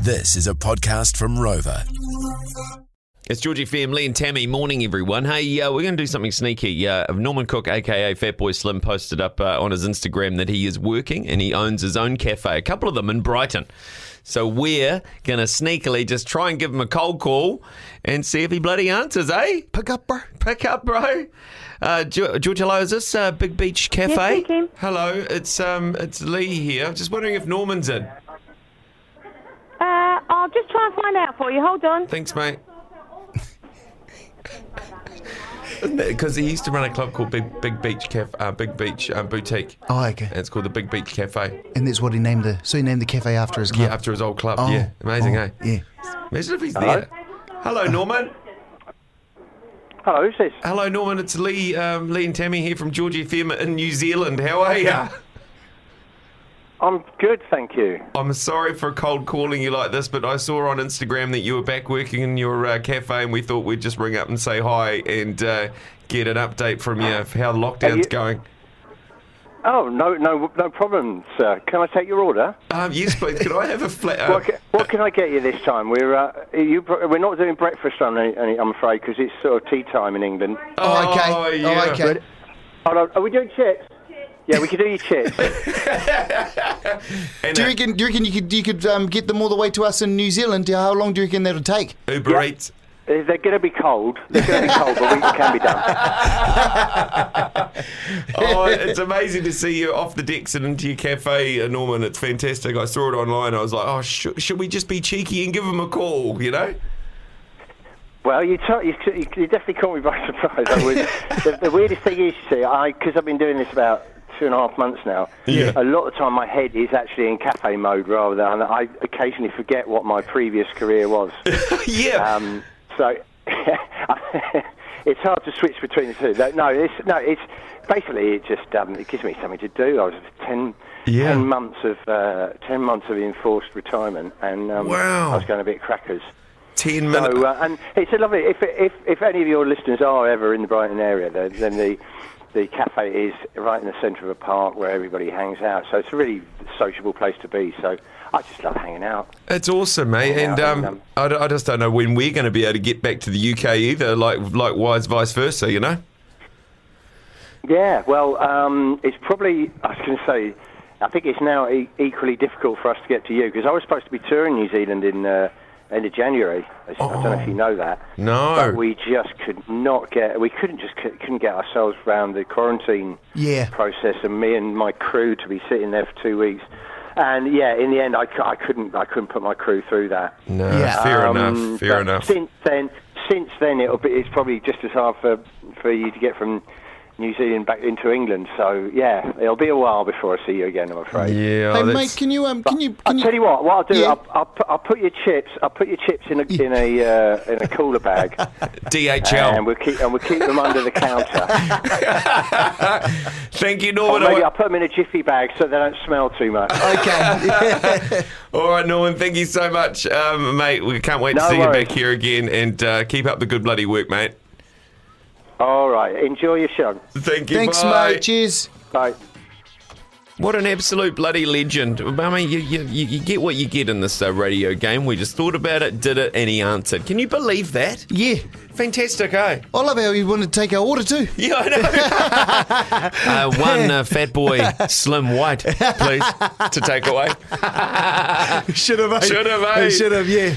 This is a podcast from Rover. It's Georgie Family and Tammy. Morning, everyone. Hey, uh, we're going to do something sneaky. Uh, Norman Cook, aka Fat Boy Slim, posted up uh, on his Instagram that he is working and he owns his own cafe, a couple of them in Brighton. So we're going to sneakily just try and give him a cold call and see if he bloody answers, eh? Pick up, bro. Pick up, bro. Uh, Ge- George, hello. Is this uh, Big Beach Cafe? speaking. hello, it's um, it's Lee here. Just wondering if Norman's in. Uh, I'll just try and find out for you. Hold on. Thanks, mate. Because he used to run a club called Big Big Beach Caf- uh, Big Beach uh, Boutique, Oh, okay. and it's called the Big Beach Cafe. And that's what he named the. So he named the cafe after his Yeah, club. after his old club. Oh, yeah, amazing, oh, eh? Yeah. Imagine if he's Hello? there. Hello, Norman. Hello, who's this? Hello, Norman. It's Lee, um, Lee and Tammy here from Georgia FM in New Zealand. How are ya? I'm good, thank you. I'm sorry for cold calling you like this, but I saw on Instagram that you were back working in your uh, cafe, and we thought we'd just ring up and say hi and uh, get an update from you of how the lockdown's you- going. Oh, no, no, no problem, sir. Can I take your order? Um, yes, please. Could I have a flat? Uh, What, ca- what can I get you this time? We're uh, you, br- we're not doing breakfast on any, any, I'm afraid, because it's sort of tea time in England. Oh, okay. Oh, yeah. okay. Hold on, are we doing chips? Yeah, we could do your chips. And Do uh, you reckon? Do you reckon you could you could um, get them all the way to us in New Zealand? How long do you reckon that'll take? Uber Yeah. Eats. They're going to be cold. They're going to be cold, but we it can be done. Oh, it's amazing to see you off the decks and into your cafe, uh, Norman. It's fantastic. I saw it online. I was like, oh, sh- should we just be cheeky and give him a call? You know? Well, you, t- you, t- you definitely caught me by surprise. I was, the, the weirdest thing is, you see, I because I've been doing this about two and a half months now. Yeah. A lot of the time, my head is actually in cafe mode rather than I occasionally forget what my previous career was. yeah. Um, so it's hard to switch between the two. No, No, it's no, it's basically it just um, it gives me something to do. I was 10, Yeah. 10 months of uh, ten months of enforced retirement, and um, Wow. I was going a bit crackers. Ten minutes. So uh, and it's a lovely. If, if if any of your listeners are ever in the Brighton area, then, then the the cafe is right in the centre of a park where everybody hangs out. So it's a really sociable place to be. So I just love hanging out. It's awesome, mate. Yeah, And I um, know. I, d- I just don't know when we're going to be able to get back to the UK either. Like, likewise, vice versa. You know? Yeah, well, um, it's probably, I was going to say, I think it's now e- equally difficult for us to get to you because I was supposed to be touring New Zealand in uh, end of January. I s- I don't know if you know that. No. But we just could not get, we couldn't just c- couldn't get ourselves round the quarantine Yeah. process and me and my crew to be sitting there for two weeks. And yeah, in the end, I, c- I couldn't, I couldn't put my crew through that. No. Yeah. Fair Um, enough. Fair but enough. Since then, since then, it'll be, it's probably just as hard for for you to get from New Zealand back into England. So yeah, it'll be a while before I see you again. I'm afraid. Yeah. oh, hey, that's- mate, can you um, can you can I'll tell you what. What I'll do, Yeah. I'll, I'll, put, I'll put your chips. I'll put your chips in a in a uh, in a cooler bag, and DHL. we'll keep and we'll keep them under the counter. Thank you, or Norman. I- maybe I'll put them in a jiffy bag so they don't smell too much. Okay. All right, Norman, thank you so much, um, mate. We can't wait to No see you worries. back here again and uh, keep up the good bloody work, mate. All right. Enjoy your show. Thank you. Thanks, bye. mate. Cheers. Bye. What an absolute bloody legend. I mean, you, you, you you get what you get in this uh, radio game. We just thought about it, did it, and he answered. Can you believe that? Yeah. Fantastic, eh? I love how you wanted to take our order too. Yeah, I know. uh, one uh, fat boy, slim white, please, to take away. Should have. Should have, eh? Should have. Yeah.